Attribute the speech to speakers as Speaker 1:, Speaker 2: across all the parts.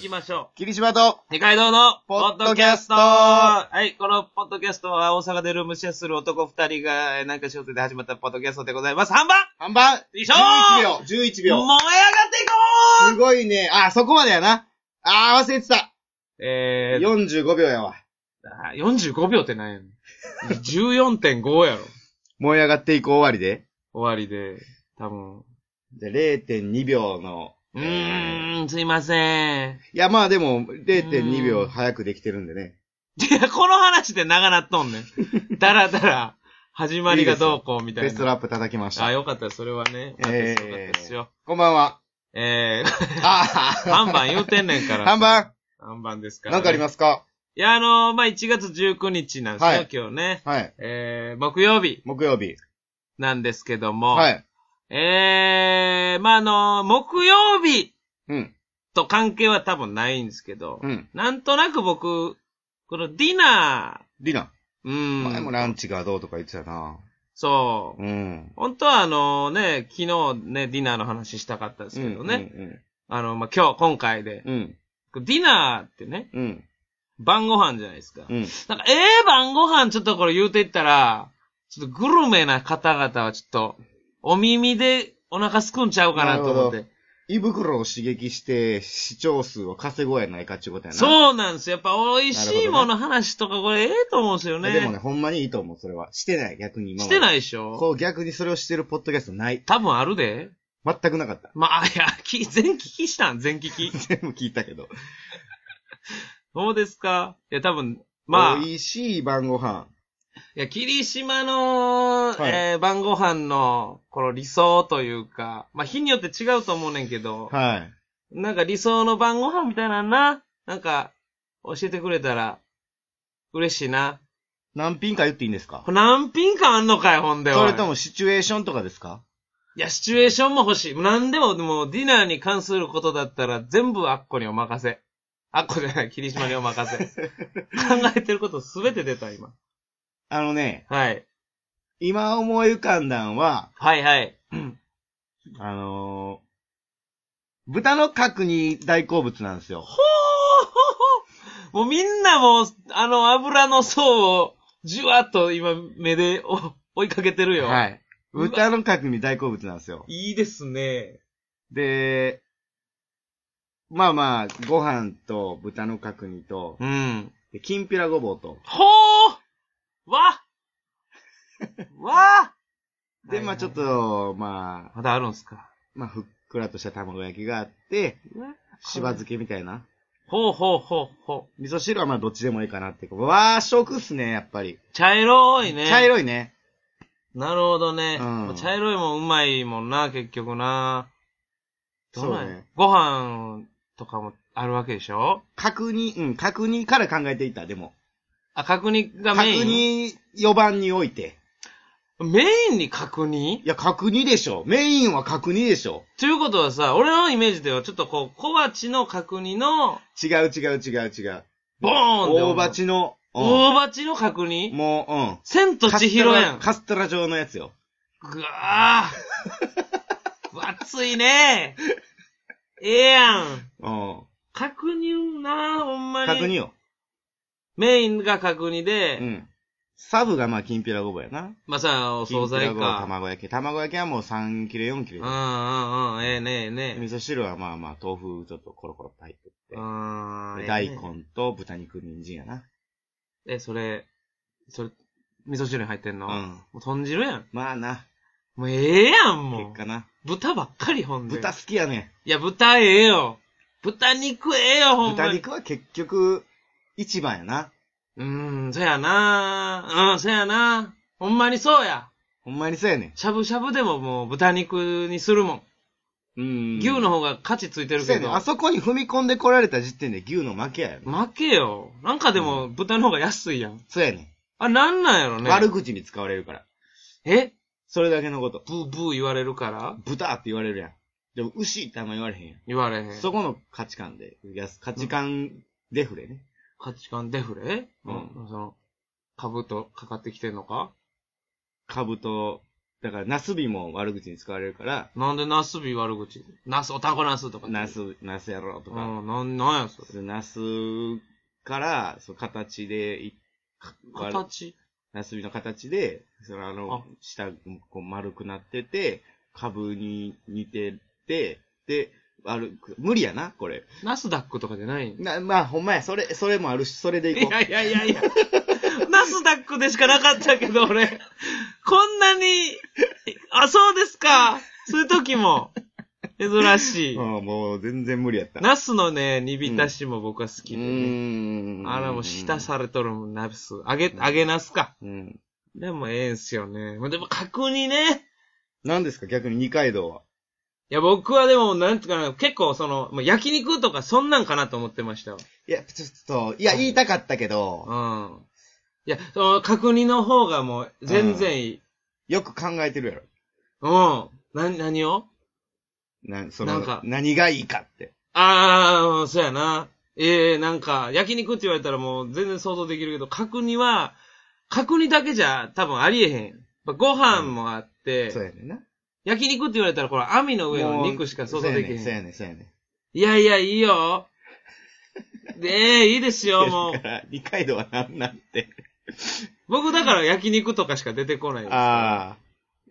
Speaker 1: きましょ
Speaker 2: 霧島と、
Speaker 1: う。二階堂の
Speaker 2: ポ
Speaker 1: ポ
Speaker 2: ッ
Speaker 1: ッ
Speaker 2: ド
Speaker 1: ド
Speaker 2: キ
Speaker 1: キ
Speaker 2: ャ
Speaker 1: ャ
Speaker 2: ス
Speaker 1: ス
Speaker 2: ト
Speaker 1: トはい、このポッドキャストは大阪でルームシェアする男二人がえーなんか仕事で始まったポッドキャストでございます。半番
Speaker 2: 半番
Speaker 1: いしょ
Speaker 2: !11
Speaker 1: 燃え
Speaker 2: 秒
Speaker 1: 上
Speaker 2: !11 秒
Speaker 1: がっていこう
Speaker 2: すごいね。あ、そこまでやな。あー、忘れてた。
Speaker 1: えー、
Speaker 2: 45秒やわ。
Speaker 1: あ45秒ってなんやねん。14.5やろ。
Speaker 2: 燃え上がっていこう終わりで。
Speaker 1: 終わりで、多分。
Speaker 2: じゃあ、0.2秒の。
Speaker 1: う
Speaker 2: えー
Speaker 1: ーん、すいません。
Speaker 2: いや、まあでも、
Speaker 1: う
Speaker 2: 0.2
Speaker 1: ん
Speaker 2: 秒早くできてるんでね。
Speaker 1: いや、この話で長なっとんねん。だらだら、始まりがどうこうみたいな。
Speaker 2: ベストラップ叩きまし
Speaker 1: あ、
Speaker 2: た。
Speaker 1: よかったですそれはね。よかったで
Speaker 2: え
Speaker 1: すよかったです
Speaker 2: ー
Speaker 1: よ。、
Speaker 2: こんばんは。
Speaker 1: えー、
Speaker 2: あー、
Speaker 1: 半番言うてんねんから。
Speaker 2: 半番、
Speaker 1: 半番ですから、
Speaker 2: なんかありますすか
Speaker 1: いや、あのーまあ、1月19日なんですよ、
Speaker 2: はい
Speaker 1: 今日ね。
Speaker 2: はい。
Speaker 1: えー、木曜日
Speaker 2: 木曜日。
Speaker 1: なんですけども。
Speaker 2: はい。
Speaker 1: えー、まあ、あのー木曜日
Speaker 2: うん。
Speaker 1: と関係は多分ないんですけど、
Speaker 2: うん。
Speaker 1: なんとなく僕、このディナ
Speaker 2: リナ、
Speaker 1: ー、うん。
Speaker 2: 前もランチがどうとか言ってたな。
Speaker 1: そう。
Speaker 2: うん。
Speaker 1: 本当はあのね、昨日ね、ディナーの話したかったですけどね。
Speaker 2: うん。
Speaker 1: あの、まあ、今日、今回で。
Speaker 2: うん。
Speaker 1: ディナーってね、
Speaker 2: うん。
Speaker 1: 晩ご飯じゃないですか。
Speaker 2: うん。
Speaker 1: なんか、ええ晩ご飯ちょっとこれ言うていったら、ちょっとグルメな方々はちょっと、お耳でお腹すくんちゃうかなと思っ
Speaker 2: な
Speaker 1: て。
Speaker 2: 胃袋を刺激して視聴数を稼ごうやないかっていうことやな。
Speaker 1: そうなんですよ。やっぱ美味
Speaker 2: なるほ
Speaker 1: しい
Speaker 2: どね
Speaker 1: もの話とかこれええと思うんですよね。
Speaker 2: でもね、ほんまにいいと思う、それは。してない、逆に今
Speaker 1: してない
Speaker 2: い
Speaker 1: でしょ
Speaker 2: そう、逆にそれをしてるポッドキャストない。
Speaker 1: 多分あるで。
Speaker 2: 全くなかった。
Speaker 1: まあ、いや、き 全聞きしたん、全聞き。
Speaker 2: 全部聞いたけど。
Speaker 1: どうですかいや、多分、まあ。
Speaker 2: 美味しい晩ご飯。
Speaker 1: いや、霧島の、
Speaker 2: はい
Speaker 1: えー晩ご飯の、この理想というか、まあ、日によって違うと思うねんけど、
Speaker 2: はい。
Speaker 1: なんか理想の晩ご飯みたいなんな、なんか、教えてくれたら、嬉しいな。
Speaker 2: 何品か言っていいんですか
Speaker 1: これ何品かあんのかい、ほんで。おい
Speaker 2: それともシチュエーションとかですか
Speaker 1: いや、シチュエーションも欲しい。何でも、でも、ディナーに関することだったら、全部あっこにお任せ。あっこじゃない、霧島にお任 せ。考えてることすべて出た、今。
Speaker 2: あのね、
Speaker 1: はい。
Speaker 2: 今思い浮かんだんは、
Speaker 1: はいはい。
Speaker 2: あのー、豚の角煮大好物なんですよ。
Speaker 1: もうみんなもう、あの油の層を、じゅわっと今、目でお追いかけてるよ。
Speaker 2: はい。豚の角煮大好物なんですよ。
Speaker 1: い。いいですね。
Speaker 2: で、まあまあ、ご飯と豚の角煮と、
Speaker 1: うん。
Speaker 2: できんぴらごぼうと。
Speaker 1: ほー わわ
Speaker 2: で、まあちょっ。
Speaker 1: はいはい
Speaker 2: と、まあ、
Speaker 1: まだあるんすか。
Speaker 2: まあふっくらとした卵焼きがあって、しば漬けみたいな。
Speaker 1: ほうほうほうほ
Speaker 2: 味噌汁はまあどっちでもいいかなって。和食っすね、やっぱり。
Speaker 1: う。茶色いね。
Speaker 2: 茶色いね。
Speaker 1: なるほどね。
Speaker 2: うん
Speaker 1: 茶色いもんうまいもんな、結局な。どな
Speaker 2: そ
Speaker 1: ん
Speaker 2: う
Speaker 1: や
Speaker 2: ね
Speaker 1: ご飯とかもあるわけでしょ
Speaker 2: 角煮、うん、角煮から考えていった、でも。
Speaker 1: あ、角煮が
Speaker 2: 角
Speaker 1: メイン。
Speaker 2: 煮4番において。
Speaker 1: メインに角煮
Speaker 2: いや、角煮でしょ。メインは角煮でしょ。
Speaker 1: ということはさ、俺のイメージではちょっとこう、小鉢の角煮の、
Speaker 2: 違う違う違う違う。
Speaker 1: ボーンって思
Speaker 2: 大
Speaker 1: う。
Speaker 2: 鉢の、うん
Speaker 1: 大鉢の角煮
Speaker 2: もう、うん。
Speaker 1: 千と千尋やん。
Speaker 2: カステラ状のやつよ。
Speaker 1: ぐわー。熱いねええやん。
Speaker 2: うん。
Speaker 1: 角煮なほんまに。
Speaker 2: 角煮よ。
Speaker 1: メインが角煮で、
Speaker 2: うん。サブがまあ、きんぴらごぼうやな。
Speaker 1: まあさ、お惣
Speaker 2: き
Speaker 1: 菜
Speaker 2: んぴらごぼう
Speaker 1: か。
Speaker 2: 卵焼き。卵焼きはもう3切れ、4切れ
Speaker 1: うん。うんうん、ええねええね
Speaker 2: 味噌汁はまあまあ、豆腐ちょっとコロコロと入って
Speaker 1: え。
Speaker 2: て
Speaker 1: う。ん。ええね
Speaker 2: 大。根と豚肉、人参やな。
Speaker 1: え、それ、それ、味噌汁に入ってんの
Speaker 2: う
Speaker 1: も
Speaker 2: ん。
Speaker 1: う豚汁やん。
Speaker 2: まあな、
Speaker 1: もうええやん、もう
Speaker 2: 結。果な。
Speaker 1: 豚ばっかりほんで。
Speaker 2: 豚好きやね。
Speaker 1: いや、豚ええよ。豚肉ええよ、ほんま
Speaker 2: 豚
Speaker 1: に。
Speaker 2: 肉は結局、一番やな。
Speaker 1: うーん、そやなうん、そやなほんまにそうや。
Speaker 2: ほんまにそうやね。
Speaker 1: しゃぶしゃぶでももう豚肉にするもん。
Speaker 2: うん
Speaker 1: 牛の
Speaker 2: 方
Speaker 1: 方が価値ついてる
Speaker 2: そう
Speaker 1: け
Speaker 2: やね。
Speaker 1: ど。
Speaker 2: あそこに踏み込んでこられた時点で牛の負けやよね。
Speaker 1: 負けよ。なんかでも豚の方が安いやん。
Speaker 2: そうやね。
Speaker 1: あ、なんなんやろね。
Speaker 2: 悪口に使われるから。
Speaker 1: え
Speaker 2: それだけのこと。
Speaker 1: ブーブー言われるから
Speaker 2: 豚って言われるやん。でも、牛ってあんま言われへんやん。
Speaker 1: 言われへん。
Speaker 2: そこの価値観で、やす価値観デフレね。
Speaker 1: 価値観デフレ
Speaker 2: うん
Speaker 1: うん。その、株とかかってきてんのか
Speaker 2: 株とだから、ナスビも悪口に使われるから、
Speaker 1: なんでナスビ悪口ナス、おたこナスとか。
Speaker 2: ナス、ナスやろと
Speaker 1: と
Speaker 2: か、
Speaker 1: か。うん、なん、なんやそれ。
Speaker 2: ナスから、そう、形でい、わ
Speaker 1: 形
Speaker 2: ナスビの形で、そのあの
Speaker 1: あ、
Speaker 2: 下、こう丸くなってて、株に似てて、で、悪く、無理やな、これ。
Speaker 1: ナスダックとかじゃないん
Speaker 2: な、まあ、ほんまや、それ、それもあるし、それでいこ
Speaker 1: いやいやいやいや。ナスダックでしかなかったけど、俺。こんなに、あ、そうですか。そういう時も、珍し
Speaker 2: う。
Speaker 1: い。
Speaker 2: ああ、もう、全然無理やった。
Speaker 1: ナスのね、煮浸しも僕は好きでね。
Speaker 2: ーん
Speaker 1: あれも浸。されとるもん、ナス。揚げ、揚げナスか。
Speaker 2: うん。
Speaker 1: でもええんすよね。でも角煮ね。
Speaker 2: 何ですか、逆に二階堂は。
Speaker 1: いや、僕はでも、なんていうかな、結構その、もう焼肉とかそんなんかなと思ってましたわ
Speaker 2: いや、ちょっと、いや、言いたかったけど、
Speaker 1: うん。いや、その、角煮の方がもう、全然いい。
Speaker 2: よく考えてるやろ。
Speaker 1: うん。な、何を
Speaker 2: な、その、
Speaker 1: なんか
Speaker 2: 何がいいかって。
Speaker 1: ああ、そうやな。ええなんか、焼肉って言われたらもう全然想像できるけど、角煮は、角煮だけじゃ多分ありえへん。まあご飯もあって、
Speaker 2: そうやねんな。
Speaker 1: 焼肉って言われたらこれ網の上の
Speaker 2: もう
Speaker 1: 肉しか想像できへん。
Speaker 2: そうやねん、そうやねん、そうやね
Speaker 1: いや
Speaker 2: ん。
Speaker 1: いや、いい よ。でええいいですよ、も
Speaker 2: だ
Speaker 1: う。
Speaker 2: から、二階堂は何なんて。
Speaker 1: 僕だから焼肉とかしか出てこない。
Speaker 2: ああ。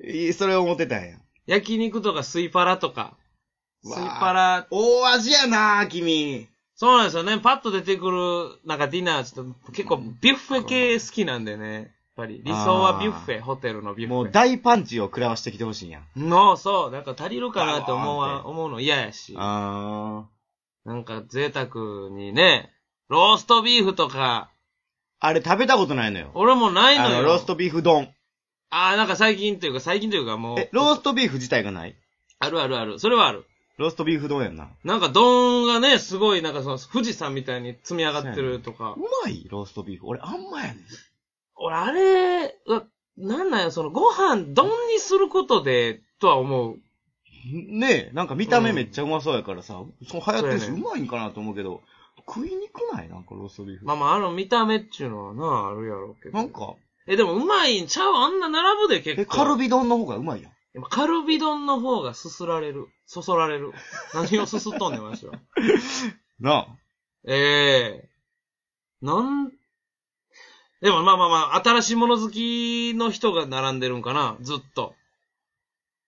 Speaker 2: いそれを思ってたんや。
Speaker 1: 焼肉とかスイパラとか。スイ
Speaker 2: わあ
Speaker 1: パラ。
Speaker 2: 大味やなあ君。
Speaker 1: そうなんですよね。パッと出てくる、なんかディナー、ちょっと結構ビュッフェ系好きなんでね。やっぱり。理想はビュッフェ、ホテルのビュッフェ。
Speaker 2: もう大パンチを食らわしてきてほしいんや。
Speaker 1: もうそう、なんか足りるかなって思う
Speaker 2: バーンっ
Speaker 1: わ、
Speaker 2: て
Speaker 1: 思うの嫌やし。
Speaker 2: ああ。
Speaker 1: なんか贅沢にね、ローストビーフとか、
Speaker 2: あれ食べたことないのよ。
Speaker 1: 俺もない
Speaker 2: あ
Speaker 1: のよ。
Speaker 2: の、ローストビーフ丼。
Speaker 1: あーなんか最近というか、最近というかもう
Speaker 2: え、、ローストビーフ自体がない
Speaker 1: あるあるある。それはある。
Speaker 2: ローストビーフ丼やんな。
Speaker 1: なんか丼がね、すごい、なんかその、富士山みたいに積み上がってるとか
Speaker 2: う。まいローストビーフ。俺、あんまやねん。
Speaker 1: 俺、あれ、うわなんなんや、その、ご飯、丼にすることで、とは思う。
Speaker 2: ねえ、なんか見た目めっちゃうまそうやからさ、その流行ってるし、
Speaker 1: そううやね
Speaker 2: まいんかなと思うけど、食いにくないなんかローストビーフ。
Speaker 1: まあまあ、あの見た目っちゅうのはな、あるやろうけど。
Speaker 2: なんか、
Speaker 1: え、でもうまいんちゃうあんな並ぶで結
Speaker 2: え、
Speaker 1: 構。
Speaker 2: カルビ丼の方がうまいやん。
Speaker 1: でもカルビ丼の方がすすられる。そそられる。何をすすっとんねん、わしは。
Speaker 2: なあ。
Speaker 1: ええなん、でもまあまあまあ、新しいもの好きの人が並んでるんかな、ずっと。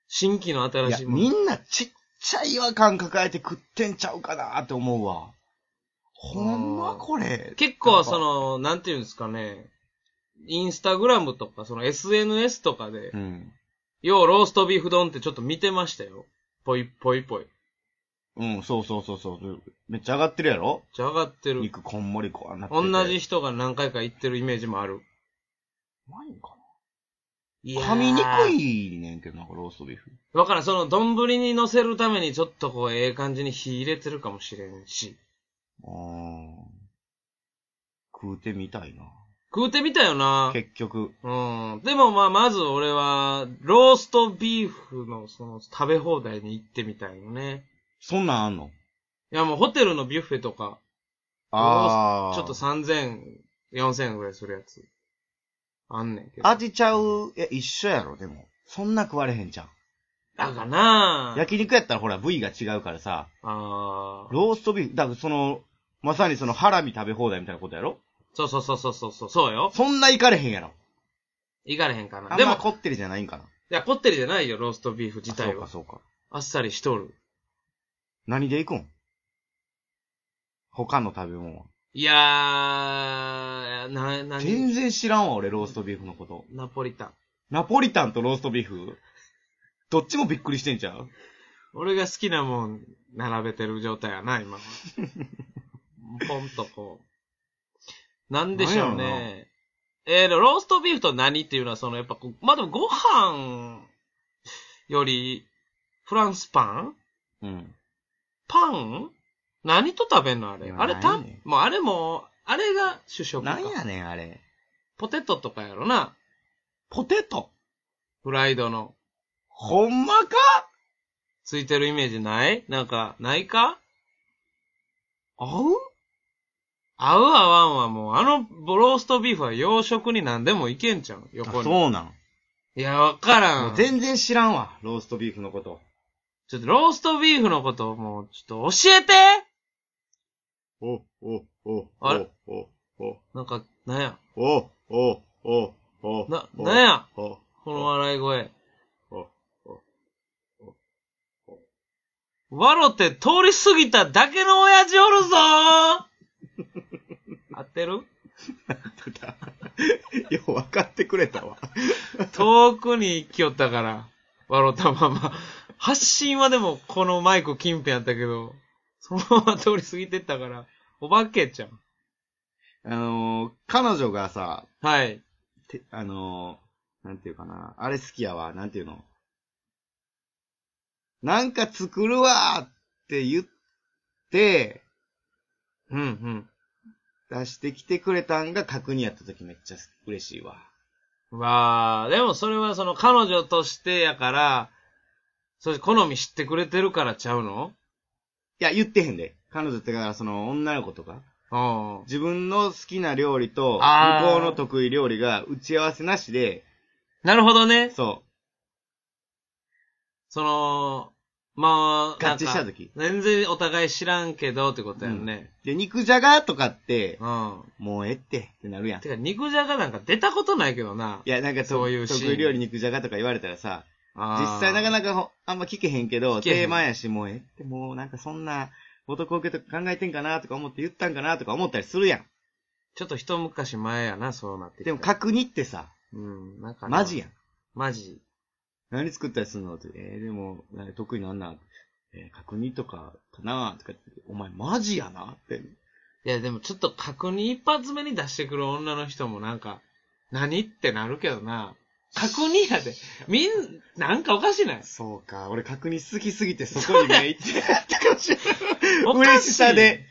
Speaker 1: 新規の
Speaker 2: い
Speaker 1: 新
Speaker 2: や
Speaker 1: し、いも
Speaker 2: み
Speaker 1: の。
Speaker 2: んなちっちゃい違和感抱えて食ってんちゃうかなって思うわ。ほんま
Speaker 1: うん
Speaker 2: これ。
Speaker 1: 結構その、なんていうんですかね、インスタグラムとか、その SNS とかで
Speaker 2: う、ん。
Speaker 1: ようローストビーフ丼ってちょっと見てましたよ。ぽいぽいぽい。
Speaker 2: うん、そうそうそうそう。めっちゃ上がってるやろ
Speaker 1: じゃあ上がってる。
Speaker 2: 肉こんもりこうなってて。
Speaker 1: 同じ。人が何回か行ってるイメージもある。
Speaker 2: うまいんか
Speaker 1: い
Speaker 2: な
Speaker 1: やー
Speaker 2: 噛みにくいねんけど、なんかローストビーフ。
Speaker 1: わからん、その、丼に乗せるためにちょっとこう、ええ感じに火入れてるかもしれんし。
Speaker 2: あー。食うてみたいな。
Speaker 1: 食うてみたよな。
Speaker 2: 結局。
Speaker 1: うん。でもまあ、まず俺は、ローストビーフの、その、食べ放題に行ってみたいよね。
Speaker 2: そんなんあんの
Speaker 1: いやもうホテルのビュッフェとか、
Speaker 2: ああ。
Speaker 1: ちょっと3000、4000ぐらいするやつ。あんねんけど。
Speaker 2: 味ちゃう、いや、一緒やろ、でも。そんな食われへんじゃん。
Speaker 1: だかなぁ。
Speaker 2: 焼肉やったらほら、部位が違うからさ、
Speaker 1: あー
Speaker 2: ローストビーフ、だからその、まさにその、ハラミ食べ放題みたいなことやろ
Speaker 1: そうそうそうそうそうそう、そうよ。
Speaker 2: そんな行かれへんやろ。
Speaker 1: 行かれへんか
Speaker 2: あ
Speaker 1: な。
Speaker 2: ん
Speaker 1: で
Speaker 2: ま
Speaker 1: も、
Speaker 2: こってりじゃないんかな。
Speaker 1: いや、こってりじゃないよ、ローストビーフ自体
Speaker 2: あ
Speaker 1: は。
Speaker 2: そうか、そうか。
Speaker 1: あっさりしとる。
Speaker 2: 何で行くん他の食べ物は。
Speaker 1: いやー、な、な
Speaker 2: 全
Speaker 1: に、
Speaker 2: 然知らんわ、俺、ローストビーフのこと。
Speaker 1: ナポリタン。
Speaker 2: ナポリタンとローストビーフどっちもびっくりしてんちゃう
Speaker 1: 俺が好きなもん、並べてる状態やな、 今は。ポンとこう。なんでしょう
Speaker 2: なんや
Speaker 1: ね。えー、でもローストビーフと何っていうのは、その、やっぱこう、まあ、でもご飯より、フランスパン
Speaker 2: うん。
Speaker 1: パン何と食べんのあれ。
Speaker 2: まあ
Speaker 1: あれ、た
Speaker 2: ないね、
Speaker 1: もうあれも、あれが主食か。
Speaker 2: なんやねん、あれ。
Speaker 1: ポテトとかやろな。
Speaker 2: ポテト。
Speaker 1: フライドの。
Speaker 2: ほんまか
Speaker 1: ついてるイメージないなんか、ないか
Speaker 2: 合う
Speaker 1: 合う合わんはもう、あの、ローストビーフは洋食に何でもいけんじゃん、
Speaker 2: あ
Speaker 1: 横に。
Speaker 2: そうなん。
Speaker 1: いや、わから。
Speaker 2: もうん全然知らんわ、ローストビーフのこと。
Speaker 1: ちょっとローストビーフのこと、もう、ちょっと教えて
Speaker 2: お、お、お、
Speaker 1: あれ
Speaker 2: お、お、
Speaker 1: なんか、なんや。
Speaker 2: お、お、お、お、
Speaker 1: な、
Speaker 2: お
Speaker 1: なんや
Speaker 2: お、
Speaker 1: この笑い声。
Speaker 2: お、
Speaker 1: 笑って通り過ぎただけの親父おるぞ ー合ってる
Speaker 2: よう分かってくれたわ。
Speaker 1: 遠くに行きよったから、笑ったまま。発信はでもこのマイク近辺やったけど、そのまま通り過ぎてったから、お化けちゃん。
Speaker 2: あのー、彼女がさ、
Speaker 1: はい。
Speaker 2: て、あのー、なんていうかな、あれ好きやわ、なんていうの。なんか作るわーって言って、
Speaker 1: うんうん。
Speaker 2: 出してきてくれたんが確認やった時めっちゃ嬉しいわ。
Speaker 1: まあ、でもそれはその彼女としてやから、そして好み知ってくれてるからちゃうの
Speaker 2: いや、言ってへんで。彼女ってだからその女の子とか、
Speaker 1: うん。
Speaker 2: 自分の好きな料理と、
Speaker 1: あー
Speaker 2: 向こうの得意料理が打ち合わせなしで、
Speaker 1: なるほどね。
Speaker 2: そ
Speaker 1: その、まあ、
Speaker 2: う、
Speaker 1: な
Speaker 2: 合
Speaker 1: んか
Speaker 2: 致した時。
Speaker 1: 全然お互い知らんけどってことやんね。
Speaker 2: で、肉じゃがとかって、
Speaker 1: うん。
Speaker 2: もうええってってなるやん。い
Speaker 1: てか、肉じゃがなんか出たことないけどな。
Speaker 2: や、なんかと
Speaker 1: そういうシーン
Speaker 2: 得意料理肉じゃがとか言われたらさ、
Speaker 1: あー
Speaker 2: 実際なかなかほあんま聞けへんけど、
Speaker 1: 聞けへん
Speaker 2: テーマやし、もうええって、もうなんかそんな、男受けとか考えてんかなとか思って言ったんかなとか思ったりするやん。
Speaker 1: ちょっと一昔前やな、そうなってきた
Speaker 2: でも、確認ってさ、
Speaker 1: うん、なんかな
Speaker 2: マジやん。
Speaker 1: マジ。
Speaker 2: 何作ったりするのって、えー、でも、なんか得意なんなんえー、確認とかかなとかって、お前マジやなって。
Speaker 1: いや、でもちょっと確認一発目に出してくる女の人もなんか、何ってなるけどな。確認やで。みん、なんかおかしない
Speaker 2: そうか、俺確認好きすぎてそこに目いってなかったかもしれ
Speaker 1: お
Speaker 2: ない。
Speaker 1: かしい
Speaker 2: 嬉しさで。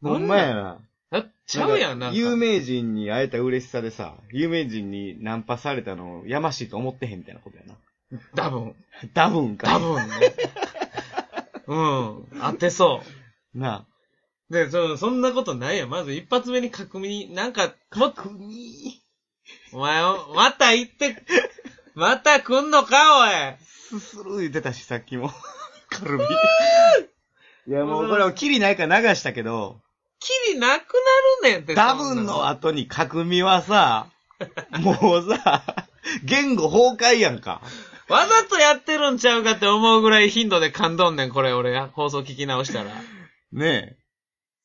Speaker 1: なん
Speaker 2: ほ
Speaker 1: なん
Speaker 2: んまやな。
Speaker 1: あちゃうやん、なんか。
Speaker 2: 有名人に会えた嬉しさでさ、有名人にナンパされたのをやましいと思ってへんみたいなことやな。
Speaker 1: 多分。
Speaker 2: ダブンか。
Speaker 1: 多分 ね。うん。当てそ
Speaker 2: な
Speaker 1: う。で、そ、そんなことないやん。まず一発目に確認、なんか、もっと
Speaker 2: あ。国
Speaker 1: お前、また行って、また来んのか、おい。
Speaker 2: すする言ってたし、さっきも。 カルビ。いや、もうこれをキリないから流したけど、
Speaker 1: きりなくなるねんって。
Speaker 2: ダ
Speaker 1: そ
Speaker 2: ブ
Speaker 1: んな
Speaker 2: ンの後に角みはさ、もうさ、 言語崩壊やんか。
Speaker 1: わざとやってるんちゃうかって思うぐらい頻度で噛んどんねん、これ俺、放送聞き直したら。
Speaker 2: ね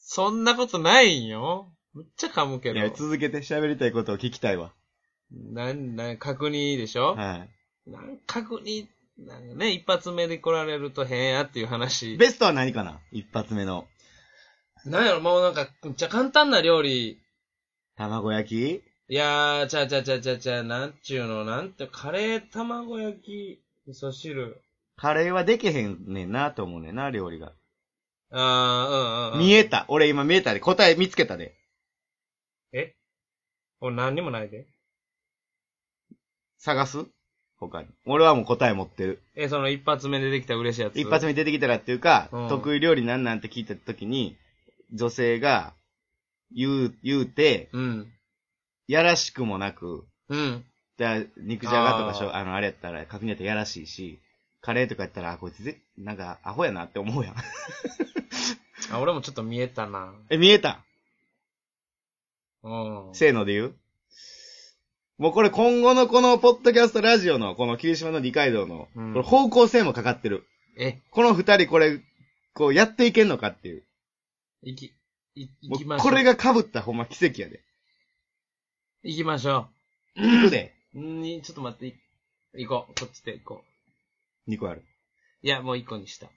Speaker 1: そんなことないんよ。むっちゃ噛む
Speaker 2: え。
Speaker 1: け
Speaker 2: いや、
Speaker 1: ど。
Speaker 2: 続けて喋りたいことを聞きたいわ。
Speaker 1: なん、なん、確認でしょ、
Speaker 2: は
Speaker 1: なん確認、なんかね、一発目で来られると変やっていう
Speaker 2: い。
Speaker 1: 話。
Speaker 2: ベストは何かな一発目の。
Speaker 1: なんやろ、もうなんか、めっちゃ簡単な料理。
Speaker 2: 卵焼き
Speaker 1: いやー、ちゃちゃちゃちゃちゃ、なんちゅうの、なんて、カレー、卵焼き、味噌汁。
Speaker 2: カレーはできへんねんなと思うねんな、料理が。
Speaker 1: あー、うんうん、うん。
Speaker 2: 見えた。俺今見えたで。答え見つけたで。
Speaker 1: え俺何にもないで。
Speaker 2: 探す他に。俺はもう答え持ってる。
Speaker 1: え、その一発目でできた嬉しいやつ。
Speaker 2: 一発目出てきたらっていうか、
Speaker 1: うん
Speaker 2: 得意料理なんなんて聞いた時に、女性が、言う、言うて、
Speaker 1: うん。
Speaker 2: やらしくもなく、
Speaker 1: うん。
Speaker 2: だ肉じゃがとかしょ、
Speaker 1: あ
Speaker 2: あの、あれやったら、確認やったらやらしいし、カレーとかやったら、あ、こいつぜ、なんか、アホやなって思うやん。
Speaker 1: あ、俺もちょっと見えたな。
Speaker 2: え、見えた
Speaker 1: うん。
Speaker 2: せーので言うもうこれ今後のこの、ポッドキャストラジオの、この、霧島の二階堂の、
Speaker 1: うん
Speaker 2: これ方向性もかかってる。
Speaker 1: え、
Speaker 2: この二人これ、こう、やっていけんのかっていう。
Speaker 1: いき、い、
Speaker 2: も
Speaker 1: 行き
Speaker 2: う
Speaker 1: ましょう。
Speaker 2: これが被ったほんま奇跡やで。
Speaker 1: 行きましょ
Speaker 2: 行くで。
Speaker 1: う。に、ちょっと待って、い行こう。こっちで行こう。
Speaker 2: 2個ある。
Speaker 1: いや、もう一個にした。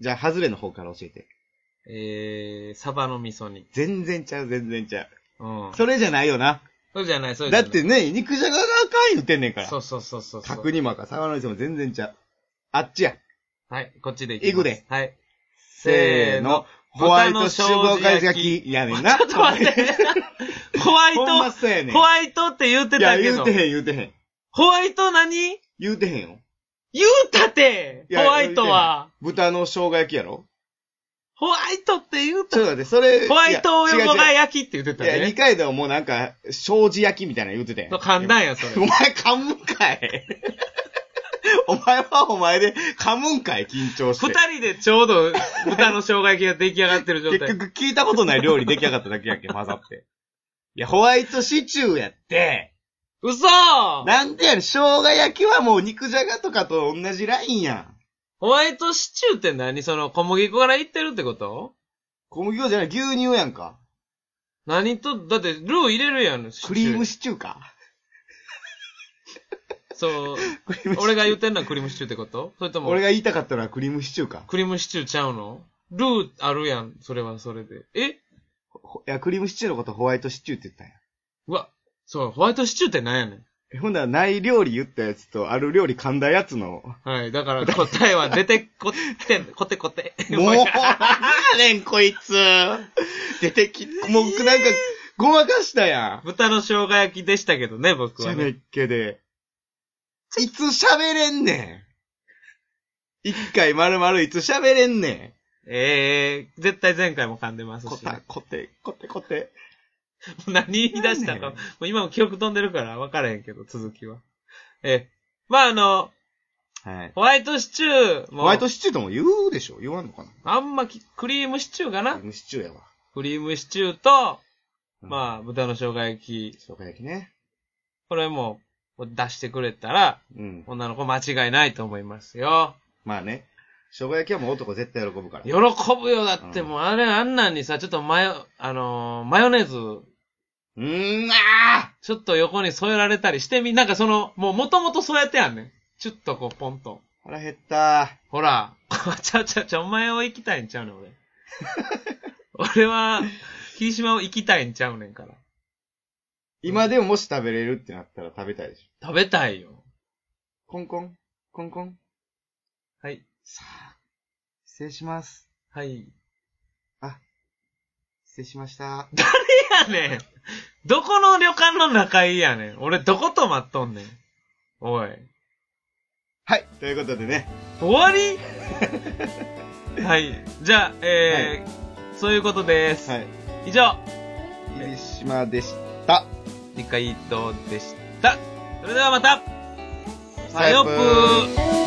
Speaker 2: じゃあ、ハズレの方から教えて。
Speaker 1: えー、サバの味噌煮。
Speaker 2: 全然ちゃう、全然ちゃう。
Speaker 1: うん。
Speaker 2: それじゃないよな。
Speaker 1: そうじゃない、そうじゃ
Speaker 2: だ
Speaker 1: な
Speaker 2: っ
Speaker 1: い。
Speaker 2: てね、肉じゃががあかん言ってんねんから。
Speaker 1: そうそうそうそう。
Speaker 2: 角煮もあかん、魚の味も全然ちゃう。あっちや。
Speaker 1: はい、こっちで行きます
Speaker 2: 行くで。
Speaker 1: はい。
Speaker 2: せーの。ホワイト脂肪解焼き。やねんな。
Speaker 1: ちょっと待って。 ホワイ
Speaker 2: ほんま
Speaker 1: ト、
Speaker 2: そうやねん。
Speaker 1: ホワイトって言ってた
Speaker 2: いや、
Speaker 1: け
Speaker 2: 言う
Speaker 1: ど
Speaker 2: て。へん、言うてへん。
Speaker 1: ホワイト何
Speaker 2: 言うてへんよ。
Speaker 1: 言うたて
Speaker 2: い
Speaker 1: ホ
Speaker 2: や
Speaker 1: ワイトは。
Speaker 2: 豚の生姜焼きやろ
Speaker 1: ホワイトって言う
Speaker 2: ち
Speaker 1: と
Speaker 2: ょっ、と待って、それ。
Speaker 1: ホワイトを
Speaker 2: いや違う
Speaker 1: 横が
Speaker 2: 違う
Speaker 1: 焼きって言ってた
Speaker 2: いや、
Speaker 1: ね。
Speaker 2: 二階堂もなんか、障子焼きみたいなの言うてたやん。
Speaker 1: 噛んだんや、そ
Speaker 2: お
Speaker 1: れ。
Speaker 2: 前噛むんかい。 お前はお前で噛むんかい、緊張して。
Speaker 1: 二人でちょうど豚の生姜焼きが出来上がってる状
Speaker 2: 結
Speaker 1: 態。
Speaker 2: 局聞いたことない料理出来上がっただけやんけ、混ざって。いや、ホワイトシチューやって、
Speaker 1: 嘘
Speaker 2: なんでやねん、生姜焼きはもう肉じゃがとかと同じラインやん。
Speaker 1: ホワイトシチューって何その小麦粉からいってるってこと
Speaker 2: 小麦粉じゃない、牛乳やんか。
Speaker 1: 何と、だってルー入れるやん。シチュ
Speaker 2: クリーム
Speaker 1: シ
Speaker 2: シチューか。
Speaker 1: そう。
Speaker 2: クリームシチュ ー
Speaker 1: 俺が言ってんのはクリームシチューってことそれとも、
Speaker 2: 俺が言いたかったのはクリームシチューか。
Speaker 1: クリームシチューちゃうのルーあるやん。それはそれで。え
Speaker 2: ほいや、クリームシチューのことホワイトシチューって言ったんや。
Speaker 1: うわ、そう、ホワイトシチューって何やねん。
Speaker 2: えほんなら、ない料理言ったやつと、ある料理噛んだやつの、
Speaker 1: はい。だから答えは出てこってん、こてこて。
Speaker 2: もう、なんやねん、こいつ。出てき、もうなんか、ごまかしたやん。
Speaker 1: 豚の生姜焼きでしたけどね、僕
Speaker 2: じ
Speaker 1: は、
Speaker 2: ゃね
Speaker 1: ね。
Speaker 2: っけで。いつ喋れんねん。一回まるまるいつ喋れんね
Speaker 1: ええ絶対前回も噛んでます
Speaker 2: ん。こ
Speaker 1: し、
Speaker 2: た、こて、こてこて。
Speaker 1: 何言い出したか、
Speaker 2: な
Speaker 1: も
Speaker 2: んね
Speaker 1: う今も記憶飛んでるから分からへんけど、続きは。ええまああの、
Speaker 2: はい。
Speaker 1: ホワイトシチューも、
Speaker 2: ホワイトシチューとも言うでしょ言わんのかな
Speaker 1: あんまきクリームシチューか
Speaker 2: ク
Speaker 1: な
Speaker 2: リームシチューやわ。
Speaker 1: クリームシチューと、
Speaker 2: あ。
Speaker 1: まあ、豚の生姜焼き。
Speaker 2: 生姜焼きね。
Speaker 1: これも、出してくれたら、
Speaker 2: うん。
Speaker 1: 女の子間違いないと思いますよ。
Speaker 2: まあね。生姜焼きはもう男絶対喜ぶから。
Speaker 1: 喜ぶよ、だって
Speaker 2: うん
Speaker 1: もう、あれ、あんなんにさ、ちょっとマヨ、あのーマヨネーズ、
Speaker 2: うーん、あ
Speaker 1: ちょっと横に添えられたりしてみ、なんかその、もう元々そうやってやんねん。ちょっとこう、ポンと。
Speaker 2: ー腹減った
Speaker 1: ほら、 ちゃうちゃうちゃう、お前を行きたいんちゃうねん、俺。俺は、霧島を行きたいんちゃうねんから。
Speaker 2: 今でももし食べれるってなったら食べたいでし
Speaker 1: 食べたいよ。
Speaker 2: ょ。コンコンコンコン
Speaker 1: はい。
Speaker 2: さあ、失礼します。
Speaker 1: はい。
Speaker 2: 失礼しました。
Speaker 1: やねん。どこの旅館の仲居やねん。俺どこと待っとんねん。おい。
Speaker 2: はい、ということでね。
Speaker 1: 終わ りはい。じゃあ、えーそういうことです。
Speaker 2: はい。
Speaker 1: 以上、
Speaker 2: 霧島でした。
Speaker 1: 理解堂でした。それではまた、さよっぷ
Speaker 2: さよっ
Speaker 1: ー